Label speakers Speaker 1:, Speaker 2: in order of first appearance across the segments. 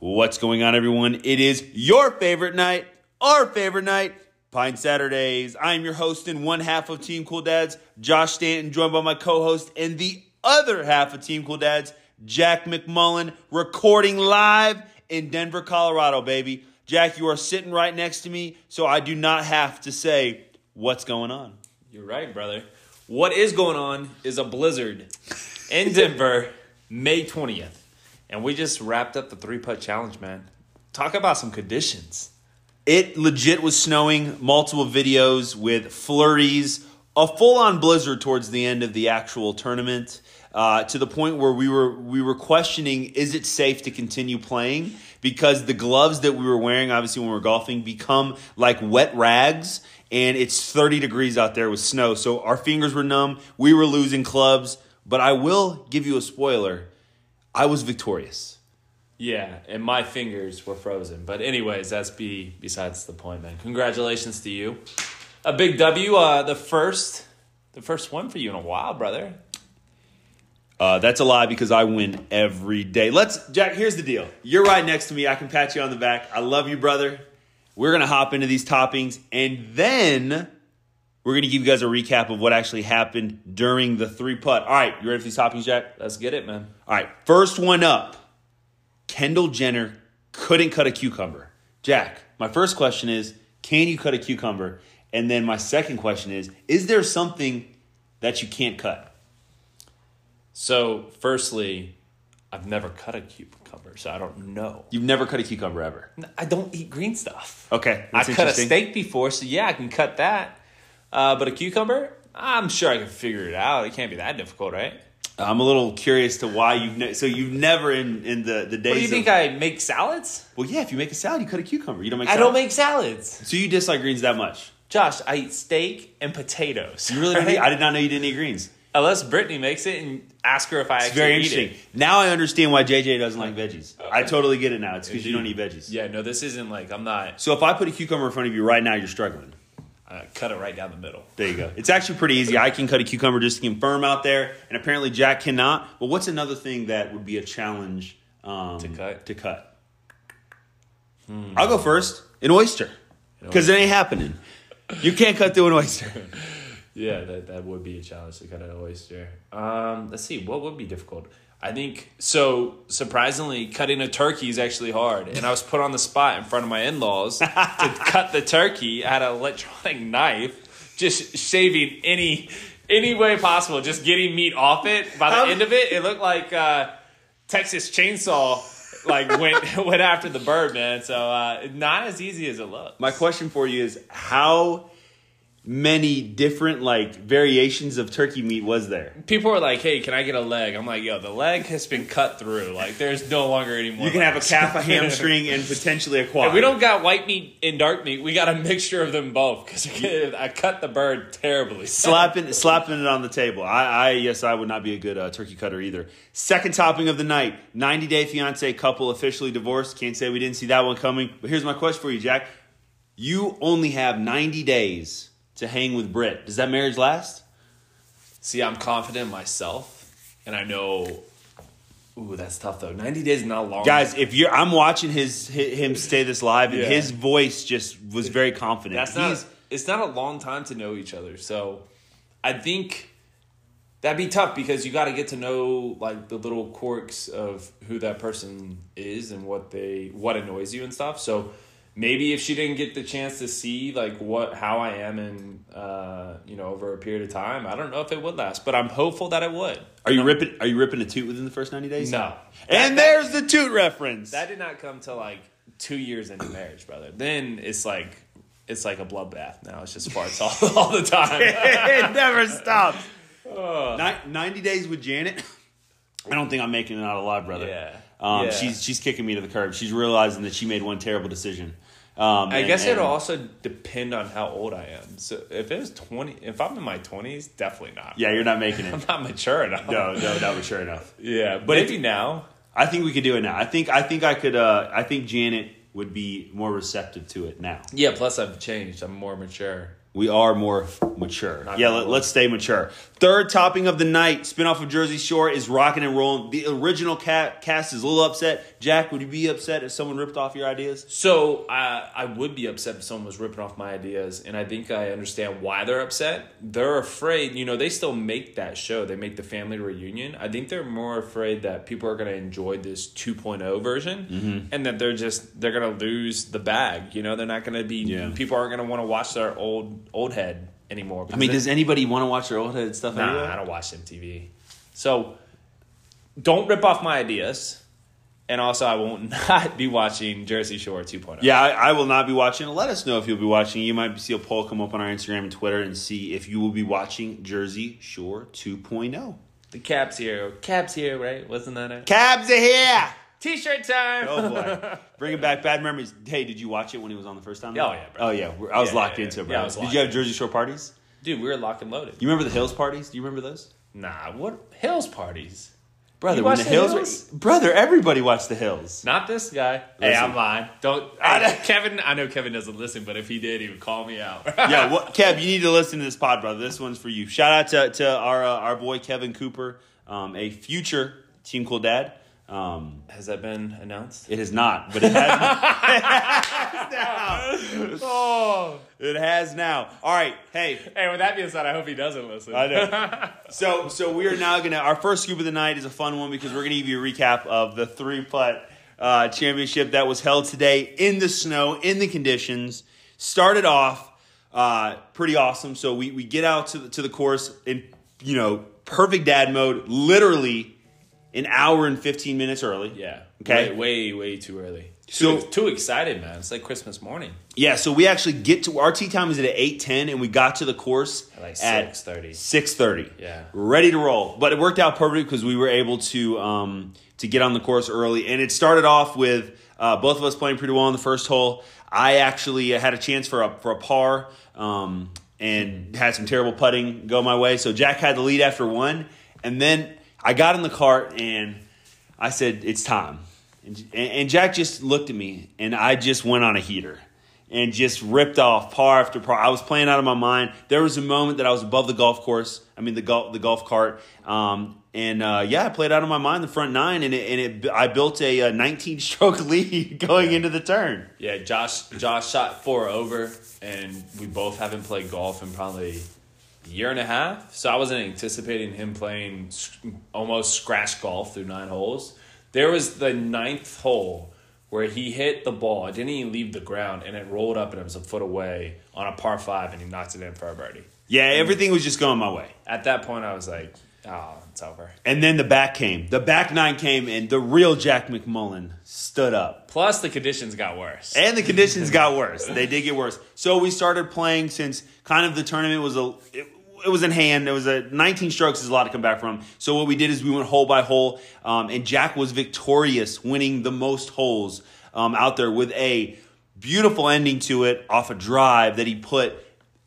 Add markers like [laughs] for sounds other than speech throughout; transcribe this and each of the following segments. Speaker 1: What's going on, everyone? It is your favorite night, our favorite night, Pine Saturdays. I am your host and one half of Team Cool Dads, Josh Stanton, joined by my co host and the other half of Team Cool Dads, Jack McMullen, recording live in Denver, Colorado, baby. Jack, you are sitting right next to me, so I do not have to say what's going on.
Speaker 2: You're right, brother. What is going on is a blizzard [laughs] in Denver, May 20th. And we just wrapped up the three putt challenge, man. Talk about some conditions.
Speaker 1: It legit was snowing, multiple videos with flurries, a full on blizzard towards the end of the actual tournament. Uh, to the point where we were we were questioning is it safe to continue playing because the gloves that we were wearing obviously when we were golfing become like wet rags and it's 30 degrees out there with snow so our fingers were numb we were losing clubs but I will give you a spoiler I was victorious
Speaker 2: Yeah, and my fingers were frozen. But, anyways, that's be besides the point, man. Congratulations to you. A big W, uh, the first. The first one for you in a while, brother.
Speaker 1: Uh, that's a lie because I win every day. Let's, Jack, here's the deal. You're right next to me. I can pat you on the back. I love you, brother. We're going to hop into these toppings and then we're going to give you guys a recap of what actually happened during the three putt. All right, you ready for these toppings, Jack?
Speaker 2: Let's get it, man.
Speaker 1: All right, first one up. Kendall Jenner couldn't cut a cucumber. Jack, my first question is, can you cut a cucumber? And then my second question is, is there something that you can't cut?
Speaker 2: So, firstly, I've never cut a cucumber, so I don't know.
Speaker 1: You've never cut a cucumber ever.
Speaker 2: I don't eat green stuff.
Speaker 1: Okay,
Speaker 2: I
Speaker 1: that's
Speaker 2: cut a
Speaker 1: interesting.
Speaker 2: steak before, so yeah, I can cut that. Uh, but a cucumber, I'm sure I can figure it out. It can't be that difficult, right?
Speaker 1: I'm a little curious to why you've ne- so you've never in in the the days.
Speaker 2: What do you
Speaker 1: of-
Speaker 2: think? I make salads?
Speaker 1: well, yeah. If you make a salad, you cut a cucumber. You don't make.
Speaker 2: I
Speaker 1: Salad.
Speaker 2: don't make salads.
Speaker 1: So you dislike greens that much?
Speaker 2: Josh, I eat steak and potatoes.
Speaker 1: You really?
Speaker 2: [laughs] right?
Speaker 1: don't eat- I did not know you didn't eat greens.
Speaker 2: Unless Brittany makes it and ask her if I
Speaker 1: It's
Speaker 2: actually
Speaker 1: very
Speaker 2: eat
Speaker 1: interesting.
Speaker 2: it.
Speaker 1: Now I understand why JJ doesn't like veggies. I totally get it now. It's because you don't eat veggies.
Speaker 2: Yeah, no, this isn't like I'm not.
Speaker 1: So if I put a cucumber in front of you right now, you're struggling.
Speaker 2: I cut it right down the middle.
Speaker 1: There you go. It's actually pretty easy. I can cut a cucumber just to confirm out there, and apparently Jack cannot. But what's another thing that would be a challenge um, to
Speaker 2: cut?
Speaker 1: To cut. I'll go first. An oyster, because it ain't happening. You can't cut through an oyster.
Speaker 2: Yeah, that, that would be a challenge to cut an oyster. Um, let's see, what would be difficult? I think so. Surprisingly, cutting a turkey is actually hard, and I was put on the spot in front of my in laws to cut the turkey. I had an electronic knife, just shaving any any way possible, just getting meat off it. By the
Speaker 1: How-
Speaker 2: end of it, it looked like uh, Texas chainsaw like went [laughs] went after the bird, man. So uh, not as easy as it looks.
Speaker 1: My question for you is: How many different like variations of turkey meat was there?
Speaker 2: people are like, "Hey, can I get a leg?" I'm like, "Yo, the leg has been cut through. Like, there's no longer any more."
Speaker 1: You can have a
Speaker 2: legs."
Speaker 1: calf,
Speaker 2: [laughs]
Speaker 1: a hamstring, and potentially a quad.
Speaker 2: we don't got white meat and dark meat. We got a mixture of them both because I cut the bird terribly.
Speaker 1: slapping slapping it on the table. I, I yes, I would not be a good uh, turkey cutter either. Second topping of the night: 90 Day Fiance couple officially divorced. Can't say we didn't see that one coming. But here's my question for you, Jack: You only have 90 days to hang with Britt. Does that marriage last?
Speaker 2: See, I'm confident in myself, and I know. Ooh, that's tough though. Ninety days is not long,
Speaker 1: Guys, if you're, I'm watching his hi- him stay this live, and
Speaker 2: Yeah.
Speaker 1: his voice just was very confident.
Speaker 2: That's
Speaker 1: He's-
Speaker 2: not. It's not a long time to know each other, so I think that'd be tough because you got to get to know like the little quirks of who that person is and what they what annoys you and stuff. So maybe if she didn't get the chance to see like what how I am in uh, you know over a period of time, I don't know if it would last, but I'm hopeful that it would.
Speaker 1: Are you ripping? Are you ripping a toot within the first 90 days?
Speaker 2: No,
Speaker 1: And there's the toot reference.
Speaker 2: that did not come till like two years into marriage, brother. Then it's like. It's like a bloodbath now. It's just farts all, [laughs] all the
Speaker 1: [laughs] [laughs]
Speaker 2: time.
Speaker 1: it never stops. Ni- 90 days with Janet. [coughs] I don't think I'm making it out alive, brother.
Speaker 2: Yeah.
Speaker 1: Um,
Speaker 2: Yeah.
Speaker 1: She's she's kicking me to the curb. She's realizing that she made one terrible decision. Um,
Speaker 2: I
Speaker 1: and-
Speaker 2: guess
Speaker 1: and-
Speaker 2: it'll also depend on how old I am. So if it was twenty, if I'm in my twenties, definitely not.
Speaker 1: Yeah, you're not making it.
Speaker 2: I'm not mature enough.
Speaker 1: No, no, that was sure enough.
Speaker 2: Yeah, but
Speaker 1: But if-
Speaker 2: maybe now.
Speaker 1: I think we could do it now. I think I think I could. Uh, I think Janet would be more receptive to it now.
Speaker 2: Yeah. Plus, I've changed. I'm more mature.
Speaker 1: We are more mature. yeah,
Speaker 2: gonna
Speaker 1: let,
Speaker 2: lie.
Speaker 1: let's stay mature. Third topping of the night, spinoff of Jersey Shore is rocking and rolling. The original ca- cast is a little upset. Jack, would you be upset if someone ripped off your ideas?
Speaker 2: So I I would be upset if someone was ripping off my ideas, and I think I understand why they're upset. They're afraid, you know, they still make that show. They make the family reunion. I think they're more afraid that people are going to enjoy this 2.0 version,
Speaker 1: Mm-hmm.
Speaker 2: and that they're just they're going to lose the bag. You know, they're not going to be
Speaker 1: Yeah.
Speaker 2: people aren't going to want to watch their old old head anymore.
Speaker 1: I mean, does anybody want to watch their old head stuff?
Speaker 2: Nah,
Speaker 1: anyway?
Speaker 2: I don't watch MTV. So don't rip off my ideas. And also, I will [laughs] not be watching Jersey Shore oh. 2.0.
Speaker 1: Yeah, I, I will not be watching. Let us know if you'll be watching. You might see a poll come up on our Instagram and Twitter and see if you will be watching Jersey Shore oh. 2.0.
Speaker 2: The Caps here. Caps here, right? Wasn't that it?
Speaker 1: Cabs are here!
Speaker 2: T-shirt time!
Speaker 1: Oh boy, bringing back bad memories. Hey, did you watch it when he was on the first time?
Speaker 2: Yeah, oh, yeah, bro.
Speaker 1: Oh yeah, We're- I was
Speaker 2: Yeah,
Speaker 1: locked
Speaker 2: yeah,
Speaker 1: into it,
Speaker 2: yeah.
Speaker 1: bro.
Speaker 2: Yeah, I was
Speaker 1: did
Speaker 2: locked
Speaker 1: you have Jersey Shore parties?
Speaker 2: [laughs] Dude, we were lock and loaded.
Speaker 1: You remember the Hills parties? Do you remember those?
Speaker 2: Nah, what Hills parties?
Speaker 1: Brother,
Speaker 2: You
Speaker 1: when
Speaker 2: watched
Speaker 1: the
Speaker 2: the
Speaker 1: Hills,
Speaker 2: Hills?
Speaker 1: brother, everybody watched the Hills.
Speaker 2: Not this guy. Hey,
Speaker 1: Listen.
Speaker 2: I'm lying. Don't
Speaker 1: I know.
Speaker 2: Hey, Kevin. [laughs] I know Kevin doesn't listen, but if he did, he would call me [laughs] out.
Speaker 1: yeah, what, Kev, you need to listen to this pod, brother. This one's for you. Shout out to, to our uh, our boy Kevin Cooper, um, a future Team Cool Dad. Um,
Speaker 2: Has that been announced?
Speaker 1: it is not, but it has, [laughs]
Speaker 2: Oh.
Speaker 1: it has now. All right, hey,
Speaker 2: Hey, with that being said, I hope he doesn't listen.
Speaker 1: I know. So, so we are now gonna. Our first scoop of the night is a fun one because we're gonna give you a recap of the three putt uh, championship that was held today in the snow, in the conditions. Started off uh, pretty awesome. So we we get out to the, to the course in you know perfect dad mode, literally an hour and fifteen minutes early.
Speaker 2: yeah.
Speaker 1: Okay.
Speaker 2: Way, way, way too early.
Speaker 1: So-
Speaker 2: Too, too excited, man. It's like Christmas morning.
Speaker 1: Yeah, so we actually get to our tee time is at eight ten, and we got to the course
Speaker 2: At like
Speaker 1: at
Speaker 2: 6:30.
Speaker 1: Six thirty.
Speaker 2: Yeah.
Speaker 1: ready to roll. But it worked out perfect because we were able to um, to get on the course early, and it started off with uh, both of us playing pretty well on the first hole. I actually had a chance for a for a par, um, and had some terrible putting go my way. So Jack had the lead after one, and then I got in the cart and. I said, "It's time," and, and Jack just looked at me, and I just went on a heater and just ripped off par after par. I was playing out of my mind. There was a moment that I was above the golf course. I mean, the golf the golf cart. Um, and uh, yeah, I played out of my mind the front nine, and it, and it I built a, uh 19 stroke [laughs] lead going into the turn.
Speaker 2: Yeah, Josh Josh shot four over, and we both haven't played golf in probably a year and a half. So I wasn't anticipating him playing s- almost scratch golf through nine holes. There was the ninth hole where he hit the ball. It didn't even leave the ground, and it rolled up and it was a foot away on a par five, and he knocked it in for a birdie.
Speaker 1: Yeah, everything was just going my way.
Speaker 2: At that point, I was like, oh, it's over.
Speaker 1: And then the back came. The back nine came, and the real Jack McMullen stood up.
Speaker 2: Plus, the conditions got worse.
Speaker 1: And the conditions got worse. They did get worse. So we started playing since kind of the tournament was a it, it was in hand. It was a 19 strokes is a lot to come back from. So what we did is we went hole by hole, um, and Jack was victorious, winning the most holes um, out there with a beautiful ending to it off a drive that he put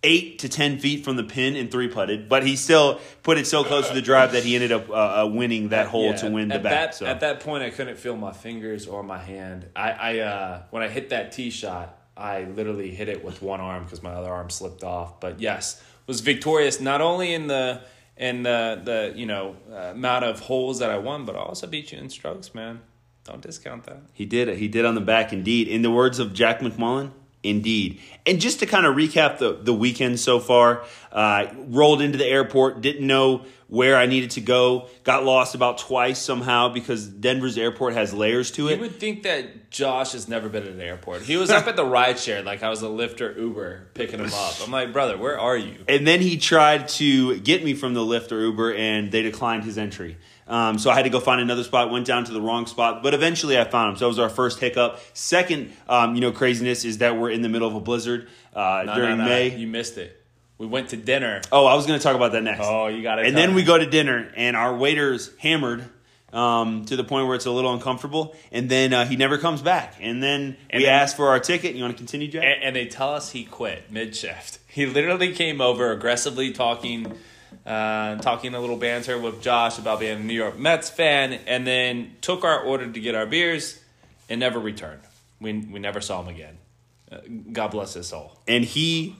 Speaker 1: eight to ten feet from the pin and three putted, but he still put it so close to the drive that he ended up uh, uh, winning that hole
Speaker 2: Yeah,
Speaker 1: to win the
Speaker 2: at
Speaker 1: back.
Speaker 2: That,
Speaker 1: so.
Speaker 2: At that point, I couldn't feel my fingers or my hand. I, I uh, when I hit that tee shot, I literally hit it with one arm because my other arm slipped off. But yes, was victorious not only in the in the the you know uh, amount of holes that I won, but I also beat you in strokes, man. Don't discount that.
Speaker 1: He did it. He did on the back, indeed. In the words of Jack McMullen, indeed. And just to kind of recap the, the weekend so far, uh, rolled into the airport, didn't know where I needed to go, got lost about twice somehow because Denver's airport has layers to
Speaker 2: You
Speaker 1: it.
Speaker 2: would think that Josh has never been at an airport. He was
Speaker 1: [laughs]
Speaker 2: up at the rideshare like I was a Lyft or Uber picking him up. I'm like, brother, where are you?
Speaker 1: and then he tried to get me from the Lyft or Uber, and they declined his entry. Um, so I had to go find another spot. Went down to the wrong spot, but eventually I found him. So that was our first hiccup. Second, um, you know, craziness is that we're in the middle of a blizzard uh,
Speaker 2: No, no,
Speaker 1: during
Speaker 2: no,
Speaker 1: May.
Speaker 2: you missed it. We went to dinner.
Speaker 1: Oh, I was going to talk about that next.
Speaker 2: Oh, you got it.
Speaker 1: and then we go to dinner, and our waiter's hammered um, to the point where it's a little uncomfortable. And then uh, he never comes back. And then we
Speaker 2: then-
Speaker 1: ask for our ticket. You want to continue, Jack?
Speaker 2: and, and they tell us he quit mid shift. He literally came over aggressively talking, uh, talking a little banter with Josh about being a New York Mets fan, and then took our order to get our beers, and never returned. We we never saw him again. Uh, God bless his soul.
Speaker 1: and he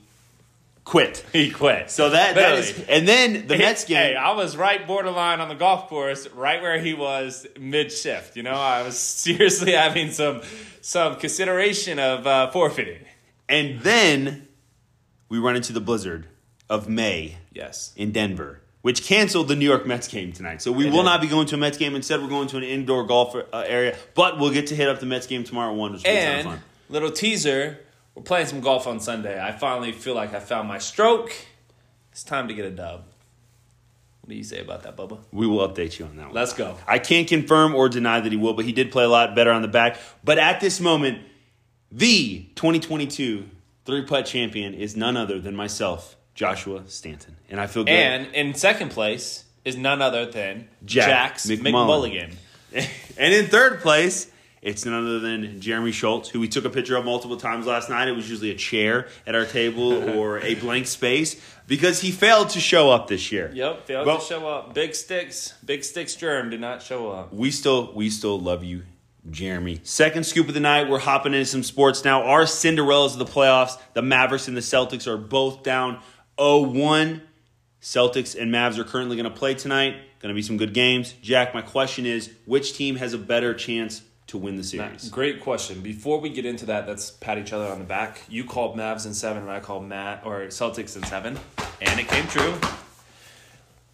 Speaker 1: quit.
Speaker 2: [laughs] He quit.
Speaker 1: So that, that
Speaker 2: Barely.
Speaker 1: is, and then the
Speaker 2: Hey,
Speaker 1: Mets game.
Speaker 2: Hey, I was right borderline on the golf course, right where he was mid shift. You know, I was [laughs] seriously having some some consideration of uh, forfeiting.
Speaker 1: And then we run into the blizzard of May
Speaker 2: Yes.
Speaker 1: in Denver, which canceled the New York Mets game tonight. So we will
Speaker 2: did.
Speaker 1: not be going to a Mets game. Instead, we're going to an indoor golf uh, area. But we'll get to hit up the Mets game tomorrow at 1, which will be a ton of
Speaker 2: And
Speaker 1: fun.
Speaker 2: little teaser, we're playing some golf on Sunday. I finally feel like I found my stroke. It's time to get a dub. What do you say about that, Bubba?
Speaker 1: We will update you on that one.
Speaker 2: Let's go.
Speaker 1: I can't confirm or deny that he will, but he did play a lot better on the back. But at this moment, the 2022 three putt champion is none other than myself, Joshua Stanton. And I feel good.
Speaker 2: And in second place is none other than
Speaker 1: Jack
Speaker 2: Jax
Speaker 1: McMullen.
Speaker 2: McMulligan.
Speaker 1: and in third place, it's none other than Jeremy Schultz, who we took a picture of multiple times last night. It was usually a chair at our
Speaker 2: [laughs]
Speaker 1: table or a blank space because he failed to show up this year.
Speaker 2: Yep, failed
Speaker 1: Well-
Speaker 2: to show up. Big Sticks, Big Sticks Germ did not show up.
Speaker 1: We still we still love you, Jeremy. Second scoop of the night, we're hopping into some sports now. Our Cinderellas of the playoffs, the Mavericks and the Celtics are both down 0-1. Celtics and Mavs are currently going to play tonight. Going to be some good games. Jack, my question is, which team has a better chance to win the series?
Speaker 2: Great question. Before we get into that, let's pat each other on the back. You called Mavs in seven, and I called Matt or Celtics in seven, and it came true.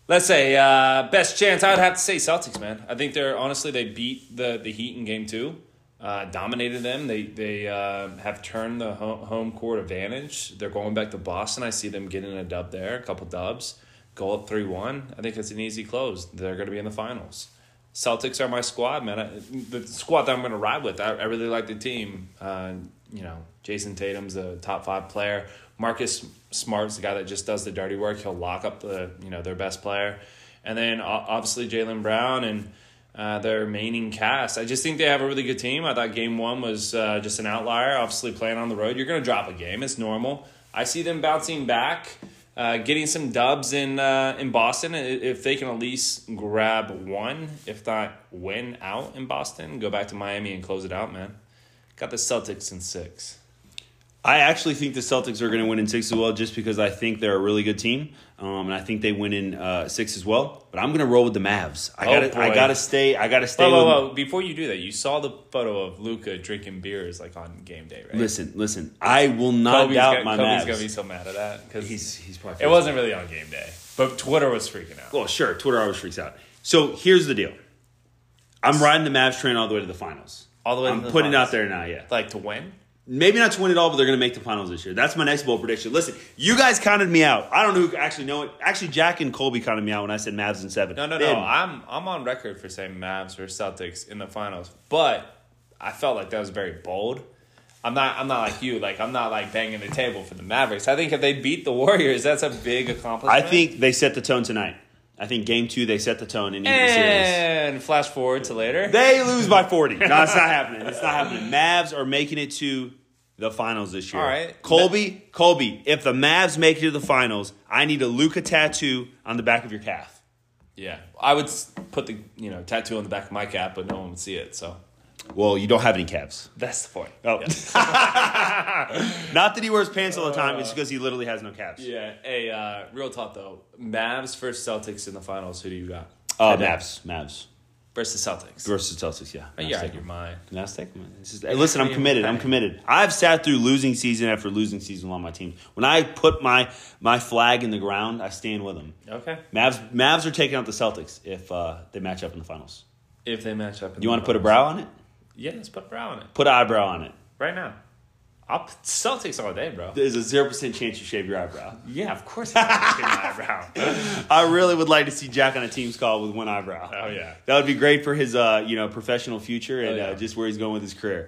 Speaker 2: Let's say uh, best chance. I would have to say Celtics, man. I think they're honestly they beat the the Heat in game two, uh, dominated them. They they uh, have turned the home, home court advantage. They're going back to Boston. I see them getting a dub there, a couple dubs, go up three one. I think it's an easy close. They're going to be in the finals. Celtics are my squad, man. I, the squad that I'm going to ride with. I, I really like the team. Uh, you know, Jason Tatum's a top five player. Marcus Smart's the guy that just does the dirty work. He'll lock up the you know their best player, and then o- obviously Jalen Brown and uh, their remaining cast. I just think they have a really good team. I thought Game One was uh, just an outlier. Obviously playing on the road, you're going to drop a game. It's normal. I see them bouncing back, uh, getting some dubs in uh, in Boston. I- If they can at least grab one, if not win out in Boston, go back to Miami and close it out, man. Got the Celtics in six.
Speaker 1: I actually think the Celtics are going to win in six as well, just because I think they're a really good team, um, and I think they win in uh, six as well. But I'm going to roll with the Mavs. I
Speaker 2: Oh,
Speaker 1: got to I
Speaker 2: boy.
Speaker 1: got to stay. I got to stay.
Speaker 2: Whoa, whoa,
Speaker 1: with-
Speaker 2: whoa! Before you do that, you saw the photo of Luca drinking beers like on game day, right?
Speaker 1: Listen, listen. I will not
Speaker 2: Kobe's
Speaker 1: doubt
Speaker 2: gonna-
Speaker 1: my
Speaker 2: Kobe's
Speaker 1: Mavs.
Speaker 2: gonna be so mad at that because
Speaker 1: he's he's probably
Speaker 2: it wasn't really on game day, but Twitter was freaking out.
Speaker 1: Well, sure. Twitter always freaks out. So here's the deal. I'm riding the Mavs train all the way to the finals.
Speaker 2: All the way to
Speaker 1: I'm
Speaker 2: the
Speaker 1: putting it out there
Speaker 2: finals.
Speaker 1: now. Yeah.
Speaker 2: Like to win.
Speaker 1: maybe not to win it all, but they're going to make the finals this year. That's my next bold prediction. Listen, you guys counted me out. I don't know who actually know it. Actually, Jack and Colby counted me out when I said Mavs in seven.
Speaker 2: No, no,
Speaker 1: They
Speaker 2: no.
Speaker 1: had-
Speaker 2: I'm I'm on record for saying Mavs or Celtics in the finals, but I felt like that was very bold. I'm not I'm not like you. Like I'm not like banging the table for the Mavericks. I think if they beat the Warriors, that's a big
Speaker 1: I
Speaker 2: accomplishment.
Speaker 1: think they set the tone tonight. I think game two they set the tone in either series.
Speaker 2: And flash forward to later.
Speaker 1: They lose by forty. No, it's not happening. It's not happening. Mavs are making it to the finals this year.
Speaker 2: All right.
Speaker 1: Colby, Colby. If the Mavs make it to the finals, I need a Luca tattoo on the back of your calf.
Speaker 2: yeah, I would s- put the you know tattoo on the back of my cap, but no one would see it. So
Speaker 1: Well, you don't have any calves.
Speaker 2: that's the point.
Speaker 1: Oh. [laughs] not that he wears pants all the time. It's because he literally has no calves.
Speaker 2: Yeah. Hey, uh, real talk though. Mavs versus Celtics in the finals. Who do you got?
Speaker 1: Uh,
Speaker 2: Today.
Speaker 1: Mavs, Mavs
Speaker 2: versus Celtics.
Speaker 1: versus Celtics. Uh, Yeah, Mavs
Speaker 2: You're out
Speaker 1: take
Speaker 2: of your mind.
Speaker 1: Can I stick? This is- hey, listen, I'm committed. I'm committed. I've sat through losing season after losing season on my team. When I put my my flag in the ground, I stand with them.
Speaker 2: Okay.
Speaker 1: Mavs Mavs are taking out the Celtics if uh, they match up in the finals.
Speaker 2: If they match up, in
Speaker 1: You
Speaker 2: the
Speaker 1: want to put a
Speaker 2: finals.
Speaker 1: brow on it?
Speaker 2: Yeah, let's put a brow on it
Speaker 1: Put an eyebrow on it.
Speaker 2: right now. I'll put Celtics all day, bro.
Speaker 1: There's a zero percent chance you shave your eyebrow.
Speaker 2: Yeah, of course. I'm
Speaker 1: [laughs]
Speaker 2: my brow.
Speaker 1: I really would like to see Jack on a team's call with one eyebrow.
Speaker 2: Oh, yeah.
Speaker 1: that would be great for his uh, you know professional future and
Speaker 2: Oh, yeah.
Speaker 1: uh, just where he's going with his career.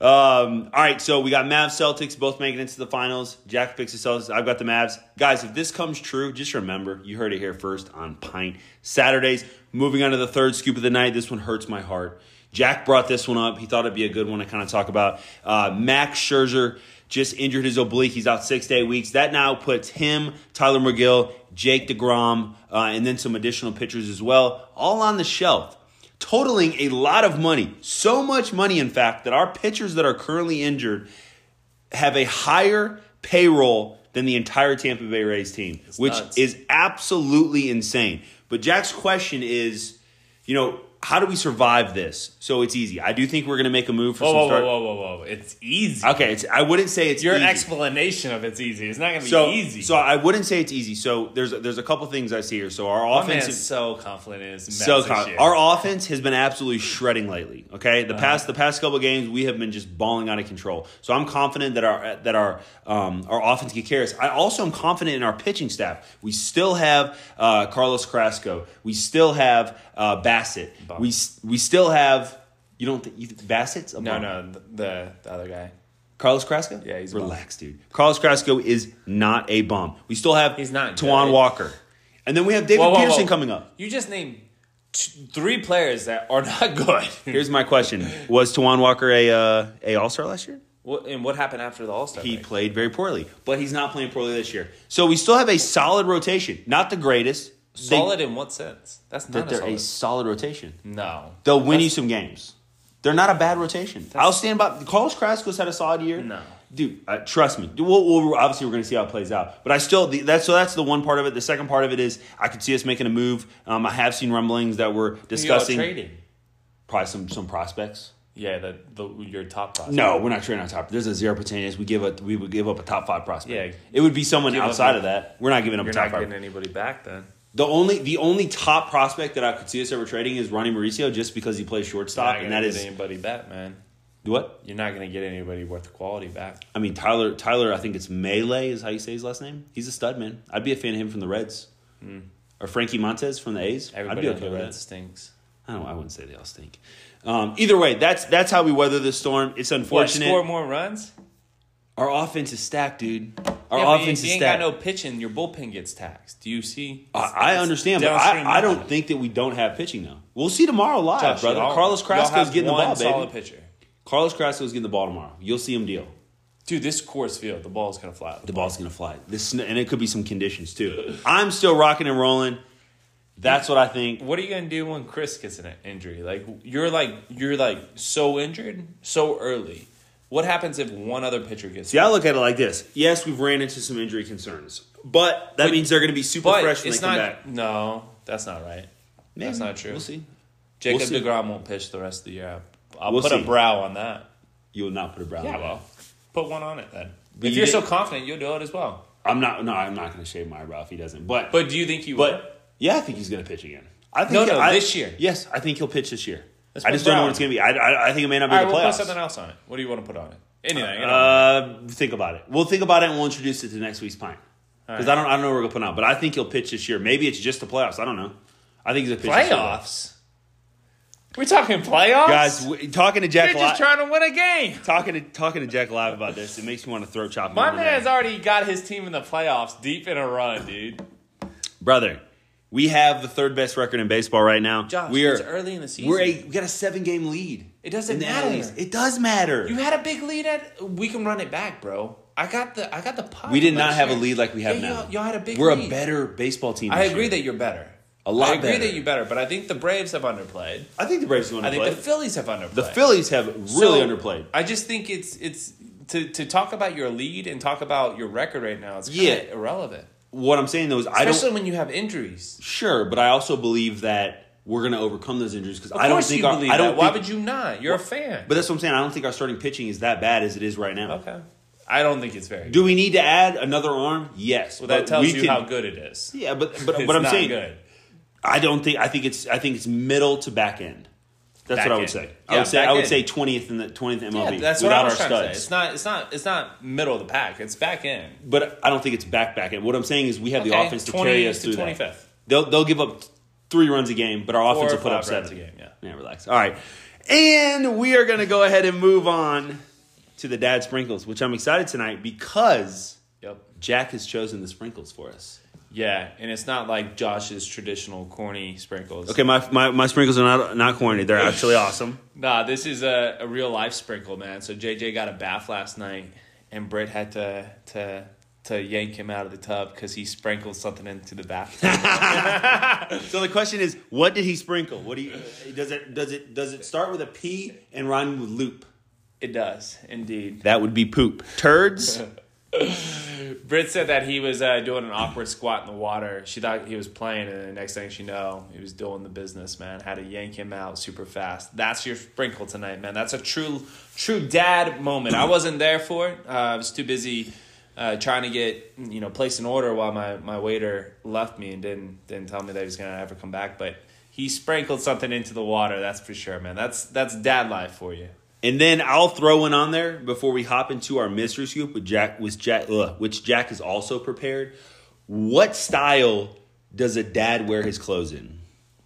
Speaker 1: Um, all right, so we got Mavs Celtics both making it to the finals. Jack picks the Celtics. I've got the Mavs. Guys, if this comes true, just remember you heard it here first on Pint Saturdays. Moving on to the third scoop of the night. This one hurts my heart. Jack brought this one up. He thought it'd be a good one to kind of talk about. Uh, Max Scherzer just injured his oblique. He's out six to eight weeks. That now puts him, Tyler McGill, Jake DeGrom, uh, and then some additional pitchers as well, all on the shelf totaling a lot of money. So much money, in fact, that our pitchers that are currently injured have a higher payroll than the entire Tampa Bay Rays team, which
Speaker 3: nuts.
Speaker 1: is absolutely insane. But Jack's question is, you know, how do we survive this? So it's easy. I do think we're going to make a move for
Speaker 2: Whoa,
Speaker 1: some
Speaker 2: whoa,
Speaker 1: start.
Speaker 2: whoa, whoa, whoa, whoa! It's easy.
Speaker 1: Okay, it's, I wouldn't say it's
Speaker 2: Your
Speaker 1: easy.
Speaker 2: explanation of it's easy is not going to be
Speaker 1: so
Speaker 2: easy.
Speaker 1: So I wouldn't say it's easy. So there's there's a couple things I see here. So our
Speaker 2: My man's
Speaker 1: offensive
Speaker 2: so confident in his Mets
Speaker 1: so
Speaker 2: this
Speaker 1: con-
Speaker 2: year.
Speaker 1: our offense has been absolutely shredding lately. Okay,
Speaker 3: Uh-huh.
Speaker 1: the past the past couple games we have been just balling out of control. So I'm confident that our that our um, our offense can carry us. I also am confident in our pitching staff. We still have uh, Carlos Carrasco. We still have uh, Bassett. We s- we still have. You don't think you, think Bassett's a
Speaker 3: No,
Speaker 1: bum?
Speaker 3: no, th- the the other guy.
Speaker 1: Carlos Carrasco?
Speaker 3: Yeah, he's a
Speaker 1: relax, dude. Carlos Carrasco is not a bomb. We still have
Speaker 3: He's not
Speaker 1: Tawan
Speaker 3: good.
Speaker 1: Walker, and then we have David
Speaker 2: Whoa, whoa, whoa.
Speaker 1: Peterson coming up.
Speaker 2: You just named t- three players that are not [laughs] good.
Speaker 1: Here's my question: Was Tawan Walker a uh, a All Star last year?
Speaker 3: What and what happened after the All Star?
Speaker 1: He played very poorly, but he's not playing poorly this year. So we still have a solid rotation, not the greatest. They-
Speaker 3: Solid in what sense? That's
Speaker 1: that
Speaker 3: not
Speaker 1: they're a
Speaker 3: a solid.
Speaker 1: solid rotation.
Speaker 2: no.
Speaker 1: They'll win you some games. They're not a bad rotation. I'll stand by. Carlos Carrasco's had a solid year.
Speaker 2: No.
Speaker 1: dude, uh, trust me. We'll, we'll, obviously, we're going to see how it plays out. But I still the, that's so that's the one part of it. The second part of it is I could see us making a move. Um, I have seen rumblings that we're
Speaker 2: You all
Speaker 1: discussing
Speaker 2: trading.
Speaker 1: probably some some prospects.
Speaker 2: Yeah, the, the your top prospect.
Speaker 1: No, we're not trading our top. There's a zero percent chance we give up. We would give up a top five prospect.
Speaker 2: Yeah.
Speaker 1: it would be someone
Speaker 2: up
Speaker 1: outside
Speaker 2: your-
Speaker 1: of that. We're not giving up
Speaker 3: You're
Speaker 1: a top
Speaker 3: not
Speaker 1: five.
Speaker 3: getting anybody back then.
Speaker 1: The only the only top prospect that I could see us ever trading is Ronnie Mauricio, just because he plays
Speaker 3: You're
Speaker 1: shortstop,
Speaker 3: not
Speaker 1: and
Speaker 3: gonna
Speaker 1: that
Speaker 3: get
Speaker 1: is
Speaker 3: anybody back, man.
Speaker 1: what
Speaker 3: You're not gonna get anybody worth quality back.
Speaker 1: I mean. Tyler Tyler, I think it's Melee is how you say his last name. He's a stud man. I'd be a fan of him from the Reds. Or Frankie Montez from the A's. I'd
Speaker 3: Everybody
Speaker 1: be
Speaker 3: on
Speaker 1: okay
Speaker 3: the
Speaker 1: with
Speaker 3: Reds
Speaker 1: that.
Speaker 3: stinks.
Speaker 1: I don't. I wouldn't say they all stink. Um, either way, that's that's how we weather the storm. It's
Speaker 2: What,
Speaker 1: unfortunate.
Speaker 2: score more runs?
Speaker 1: Our offense is stacked, dude. Our
Speaker 2: Yeah, but
Speaker 1: offense is
Speaker 2: if you ain't
Speaker 1: stacked.
Speaker 2: got no pitching, your bullpen gets taxed. Do you see?
Speaker 1: I, I understand, but
Speaker 2: downstream
Speaker 1: I, I
Speaker 2: line.
Speaker 1: don't think that we don't have pitching now. We'll see tomorrow live,
Speaker 2: Josh,
Speaker 1: brother.
Speaker 2: y'all-
Speaker 1: Carlos
Speaker 2: y'all
Speaker 1: Carrasco's
Speaker 2: have
Speaker 1: getting the
Speaker 2: one
Speaker 1: ball, baby.
Speaker 2: solid pitcher.
Speaker 1: Carlos Carrasco's getting the ball tomorrow. You'll see him deal.
Speaker 2: Dude, this course field, the ball's gonna fly.
Speaker 1: The ball's gonna fly. This and it could be some conditions
Speaker 2: [laughs]
Speaker 1: too. I'm still rocking and rolling. That's what I think.
Speaker 2: What are you gonna do when Chris gets an injury? Like you're like you're like so injured so early. What happens if one other pitcher gets?
Speaker 1: See, I look at it like this. Yes, we've ran into some injury concerns, but that means they're gonna be super
Speaker 2: but
Speaker 1: fresh when
Speaker 2: it's
Speaker 1: they come
Speaker 2: not.
Speaker 1: back.
Speaker 2: No, that's not right.
Speaker 1: Maybe.
Speaker 2: That's not true.
Speaker 1: We'll see.
Speaker 2: Jacob
Speaker 1: see.
Speaker 2: Degrom won't pitch the rest of the year. I'll- I'll
Speaker 1: We'll
Speaker 2: put
Speaker 1: see.
Speaker 2: a brow on that.
Speaker 1: You will not put a brown.
Speaker 2: Yeah,
Speaker 1: on it.
Speaker 2: well, put one on it then.
Speaker 1: But
Speaker 2: if
Speaker 1: you
Speaker 2: you're so
Speaker 1: didn't-
Speaker 2: confident, you'll do it as well.
Speaker 1: I'm not. No, I'm not gonna shave my eyebrow if he doesn't. But
Speaker 2: But do you think you will?
Speaker 1: But yeah, I think he's going to pitch again. I think
Speaker 2: No, no,
Speaker 1: I-
Speaker 2: this year.
Speaker 1: Yes, I think he'll pitch this year.
Speaker 2: Let's
Speaker 1: I
Speaker 2: put
Speaker 1: just don't know
Speaker 2: Brown.
Speaker 1: what it's going to be. I, I, I think it may not be
Speaker 2: All right,
Speaker 1: the
Speaker 2: we'll put
Speaker 1: playoffs.
Speaker 2: something else on it. What do you want to put on it? Anything. you know.
Speaker 1: uh, think about it. We'll think about it and we'll introduce it to next week's pint. Because I don't, I don't know what we're going to put out, but I think he'll pitch this year. Maybe it's just the playoffs. I don't know. I think he's a pitch this year, though.
Speaker 2: playoffs. We're talking playoffs,
Speaker 1: guys. W- talking to Jack,
Speaker 2: You're
Speaker 1: li-
Speaker 2: just trying to win a game.
Speaker 1: talking to talking to Jack live about this, it makes me want to throat chop. him
Speaker 2: My
Speaker 1: over there.
Speaker 2: man's already got his team in the playoffs, deep in a run, dude.
Speaker 1: brother. We have the third best record in baseball right now.
Speaker 2: Josh,
Speaker 1: we are,
Speaker 2: it's early in the season.
Speaker 1: We're a, we got a seven game lead.
Speaker 2: It doesn't
Speaker 1: in the
Speaker 2: matter.
Speaker 1: A's. It does matter.
Speaker 2: you had a big lead at. We can run it back, bro. I got the. I got the. Pop
Speaker 1: We did
Speaker 2: last
Speaker 1: not have a
Speaker 2: year.
Speaker 1: lead like we have
Speaker 2: Yeah,
Speaker 1: now.
Speaker 2: Y'all, y'all had a big.
Speaker 1: We're
Speaker 2: lead.
Speaker 1: a better baseball team.
Speaker 2: I
Speaker 1: this
Speaker 2: agree
Speaker 1: year.
Speaker 2: that you're better.
Speaker 1: A lot
Speaker 2: I agree
Speaker 1: better.
Speaker 2: that you're better, but I think the Braves have underplayed.
Speaker 1: I think the Braves will
Speaker 2: I think
Speaker 1: underplay.
Speaker 2: the Phillies have underplayed.
Speaker 1: The Phillies have really underplayed.
Speaker 2: I just think it's it's to to talk about your lead and talk about your record right now. It's
Speaker 1: Yeah.
Speaker 2: yeah irrelevant,
Speaker 1: What I'm saying though is I don't
Speaker 2: especially when you have injuries.
Speaker 1: sure, but I also believe that we're going to overcome those injuries because
Speaker 2: Of
Speaker 1: I don't
Speaker 2: course
Speaker 1: think
Speaker 2: you
Speaker 1: our,
Speaker 2: believe
Speaker 1: I don't.
Speaker 2: that. Why
Speaker 1: think-
Speaker 2: would you not? You're a fan.
Speaker 1: but that's what I'm saying. I don't think our starting pitching is that bad as it is right now.
Speaker 2: okay, I don't think it's very. good.
Speaker 1: Do we need to add another arm? Yes.
Speaker 2: Well, that
Speaker 1: but
Speaker 2: tells
Speaker 1: we
Speaker 2: you
Speaker 1: can-
Speaker 2: how good it is.
Speaker 1: Yeah, but but
Speaker 2: It's
Speaker 1: what I'm
Speaker 2: not
Speaker 1: saying,
Speaker 2: good.
Speaker 1: I don't think I think it's I think it's middle to back end. That's
Speaker 2: Back
Speaker 1: what I would
Speaker 2: end.
Speaker 1: say. I
Speaker 2: Yeah,
Speaker 1: would say
Speaker 2: back
Speaker 1: I would
Speaker 2: end.
Speaker 1: say twentieth in the twentieth MLB
Speaker 2: Yeah, that's what
Speaker 1: without
Speaker 2: I was
Speaker 1: our
Speaker 2: trying
Speaker 1: studs.
Speaker 2: to say. It's not. It's not. It's not middle of the pack. It's back end.
Speaker 1: But I don't think it's back back end. What I'm saying is we have the
Speaker 2: Okay,
Speaker 1: offense to
Speaker 2: 20
Speaker 1: carry us
Speaker 2: to
Speaker 1: through that.
Speaker 2: 25th.
Speaker 1: They'll they'll give up three runs a game, but our offense
Speaker 2: Four
Speaker 1: will put
Speaker 2: or
Speaker 1: up
Speaker 2: five runs
Speaker 1: seven.
Speaker 2: a game, yeah.
Speaker 1: yeah, relax. All right, and we are going to go ahead and move on to the dad sprinkles, which I'm excited tonight because
Speaker 2: Yep.
Speaker 1: Jack has chosen the sprinkles for us.
Speaker 2: Yeah, and it's not like Josh's traditional corny sprinkles.
Speaker 1: Okay, my my, my sprinkles are not not corny. They're [laughs] actually awesome.
Speaker 2: Nah, this is a, a real life sprinkle, man. So JJ got a bath last night, and Britt had to to to yank him out of the tub because he sprinkled something into the bathtub.
Speaker 1: So the question is, what did he sprinkle? What do you, does it does it does it start with a P and rhyme with loop?
Speaker 2: it does indeed.
Speaker 1: That would be poop. Turds
Speaker 2: Britt said that he was uh, doing an awkward squat in the water. She thought he was playing, and the next thing she know, he was doing the business. Man, had to yank him out super fast. That's your sprinkle tonight, man. That's a true, true dad moment. I wasn't there for it. Uh, I was too busy uh, trying to get you know place an order while my, my waiter left me and didn't didn't tell me that he was gonna ever come back. But he sprinkled something into the water. That's for sure, man. That's that's dad life for you.
Speaker 1: And then I'll throw one on there before we hop into our mystery scoop, with Jack, which Jack, ugh, which Jack is also prepared. What style does a dad wear his clothes in?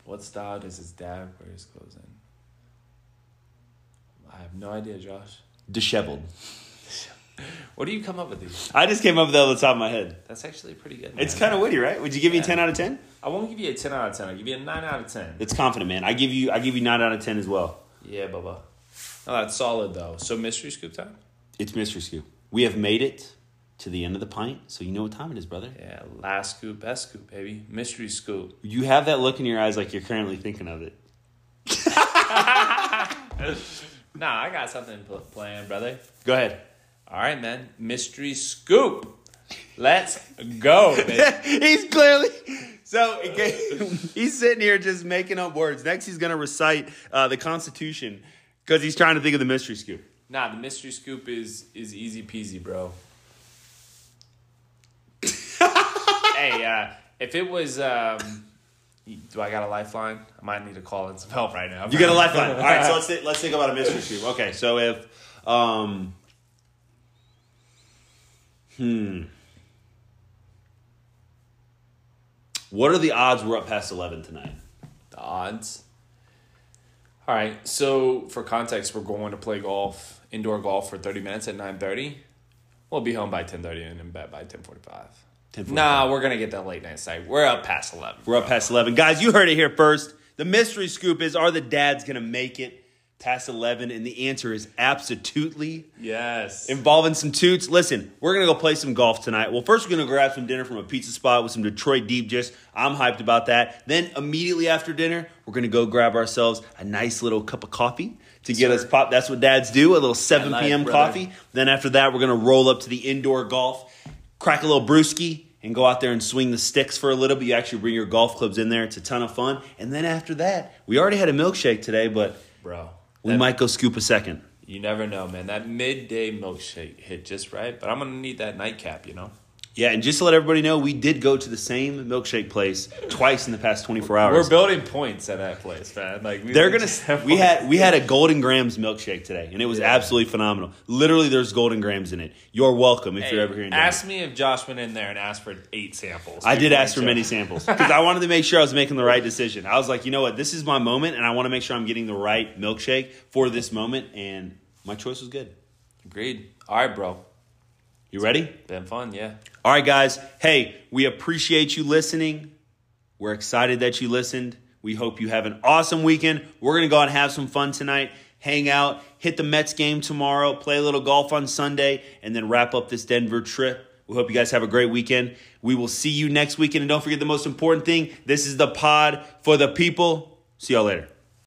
Speaker 2: What style does his dad wear his clothes in? I have no idea, Josh.
Speaker 1: Disheveled.
Speaker 2: What do you come up with these?
Speaker 1: I just came up with that on the top of my head.
Speaker 2: That's actually pretty good.
Speaker 1: It's
Speaker 2: man.
Speaker 1: kind of witty, right? Would you give me a
Speaker 2: Yeah.
Speaker 1: ten out of ten?
Speaker 2: I won't give you a ten out of ten. I'll give you a nine out of ten.
Speaker 1: It's confident, man. I give you, I give you nine out of ten as well.
Speaker 2: Yeah, Bubba. No, that's solid though. So mystery scoop time.
Speaker 1: It's mystery scoop. We have made it to the end of the pint, so you know what time it is, brother.
Speaker 2: Yeah, last scoop, best scoop, baby. Mystery scoop.
Speaker 1: You have that look in your eyes like you're currently thinking of it.
Speaker 2: Nah, I got something pl- planned, brother.
Speaker 1: Go ahead.
Speaker 2: All right, man. Mystery scoop. Let's go. baby.
Speaker 1: [laughs] he's clearly so in case- he's sitting here just making up words. Next, he's gonna recite uh, the Constitution because he's trying to think of the mystery scoop.
Speaker 2: nah, the mystery scoop is is easy
Speaker 1: [laughs]
Speaker 2: peasy, bro. hey, uh, if it was, um, do I got a lifeline? I might need to call in some help right now.
Speaker 1: You got a lifeline. All right, so let's thi- let's think about a mystery scoop. Okay, so if um, hmm, what are the odds we're up past eleven tonight?
Speaker 2: the odds. All right. So for context, we're going to play golf, indoor golf, for thirty minutes at nine thirty. We'll be home by ten thirty and in bed by ten forty five.
Speaker 1: 10:45.
Speaker 2: Nah, we're gonna get that late night site. We're up past eleven.
Speaker 1: We're up past 11. Guys, you heard it here first. The mystery scoop is are the dads going to make it past 11? And the answer is absolutely
Speaker 2: Yes.
Speaker 1: involving some toots. Listen, we're gonna go play some golf tonight. Well, first we're gonna grab some dinner from a pizza spot with some Detroit deep dish. I'm hyped about that. Then immediately after dinner, we're gonna go grab ourselves a nice little cup of coffee to get us pop. That's what dads do. A little 7
Speaker 2: life,
Speaker 1: p.m.
Speaker 2: brother.
Speaker 1: coffee. Then after that, we're gonna roll up to the indoor golf, crack a little brewski. And go out there and swing the sticks for a little bit. You actually bring your golf clubs in there. It's a ton of fun. And then after that, we already had a milkshake today, but
Speaker 2: bro.
Speaker 1: we
Speaker 2: that-
Speaker 1: might go scoop a second.
Speaker 2: You never know, man. That midday milkshake hit just right, but I'm gonna need that nightcap. You know.
Speaker 1: Yeah, and just to let everybody know, we did go to the same milkshake place twice in the past 24
Speaker 2: We're
Speaker 1: hours.
Speaker 2: building points at that place, man. Like we
Speaker 1: They're gonna.
Speaker 2: just [laughs] have
Speaker 1: We
Speaker 2: points.
Speaker 1: had we had a Golden Grams milkshake today, and it was absolutely phenomenal. Literally, there's Golden Grams in it. You're welcome if
Speaker 2: Hey,
Speaker 1: you're ever here. In Dallas.
Speaker 2: ask me if Josh went in there and asked for eight samples.
Speaker 1: I did
Speaker 2: before
Speaker 1: ask for
Speaker 2: he
Speaker 1: many samples because I wanted to make sure I was making the
Speaker 2: [laughs]
Speaker 1: right decision. I was like, you know what, this is my moment, and I want to make sure I'm getting the right milkshake for this moment. And my choice was good.
Speaker 2: Agreed. All right, bro.
Speaker 1: You ready?
Speaker 2: Been fun, yeah.
Speaker 1: All right, guys. Hey, we appreciate you listening. We're excited that you listened. We hope you have an awesome weekend. We're going to go out and have some fun tonight, hang out, hit the Mets game tomorrow, play a little golf on Sunday, and then wrap up this Denver trip. We hope you guys have a great weekend. We will see you next weekend. And don't forget the most important thing this is the pod for the people. See y'all later.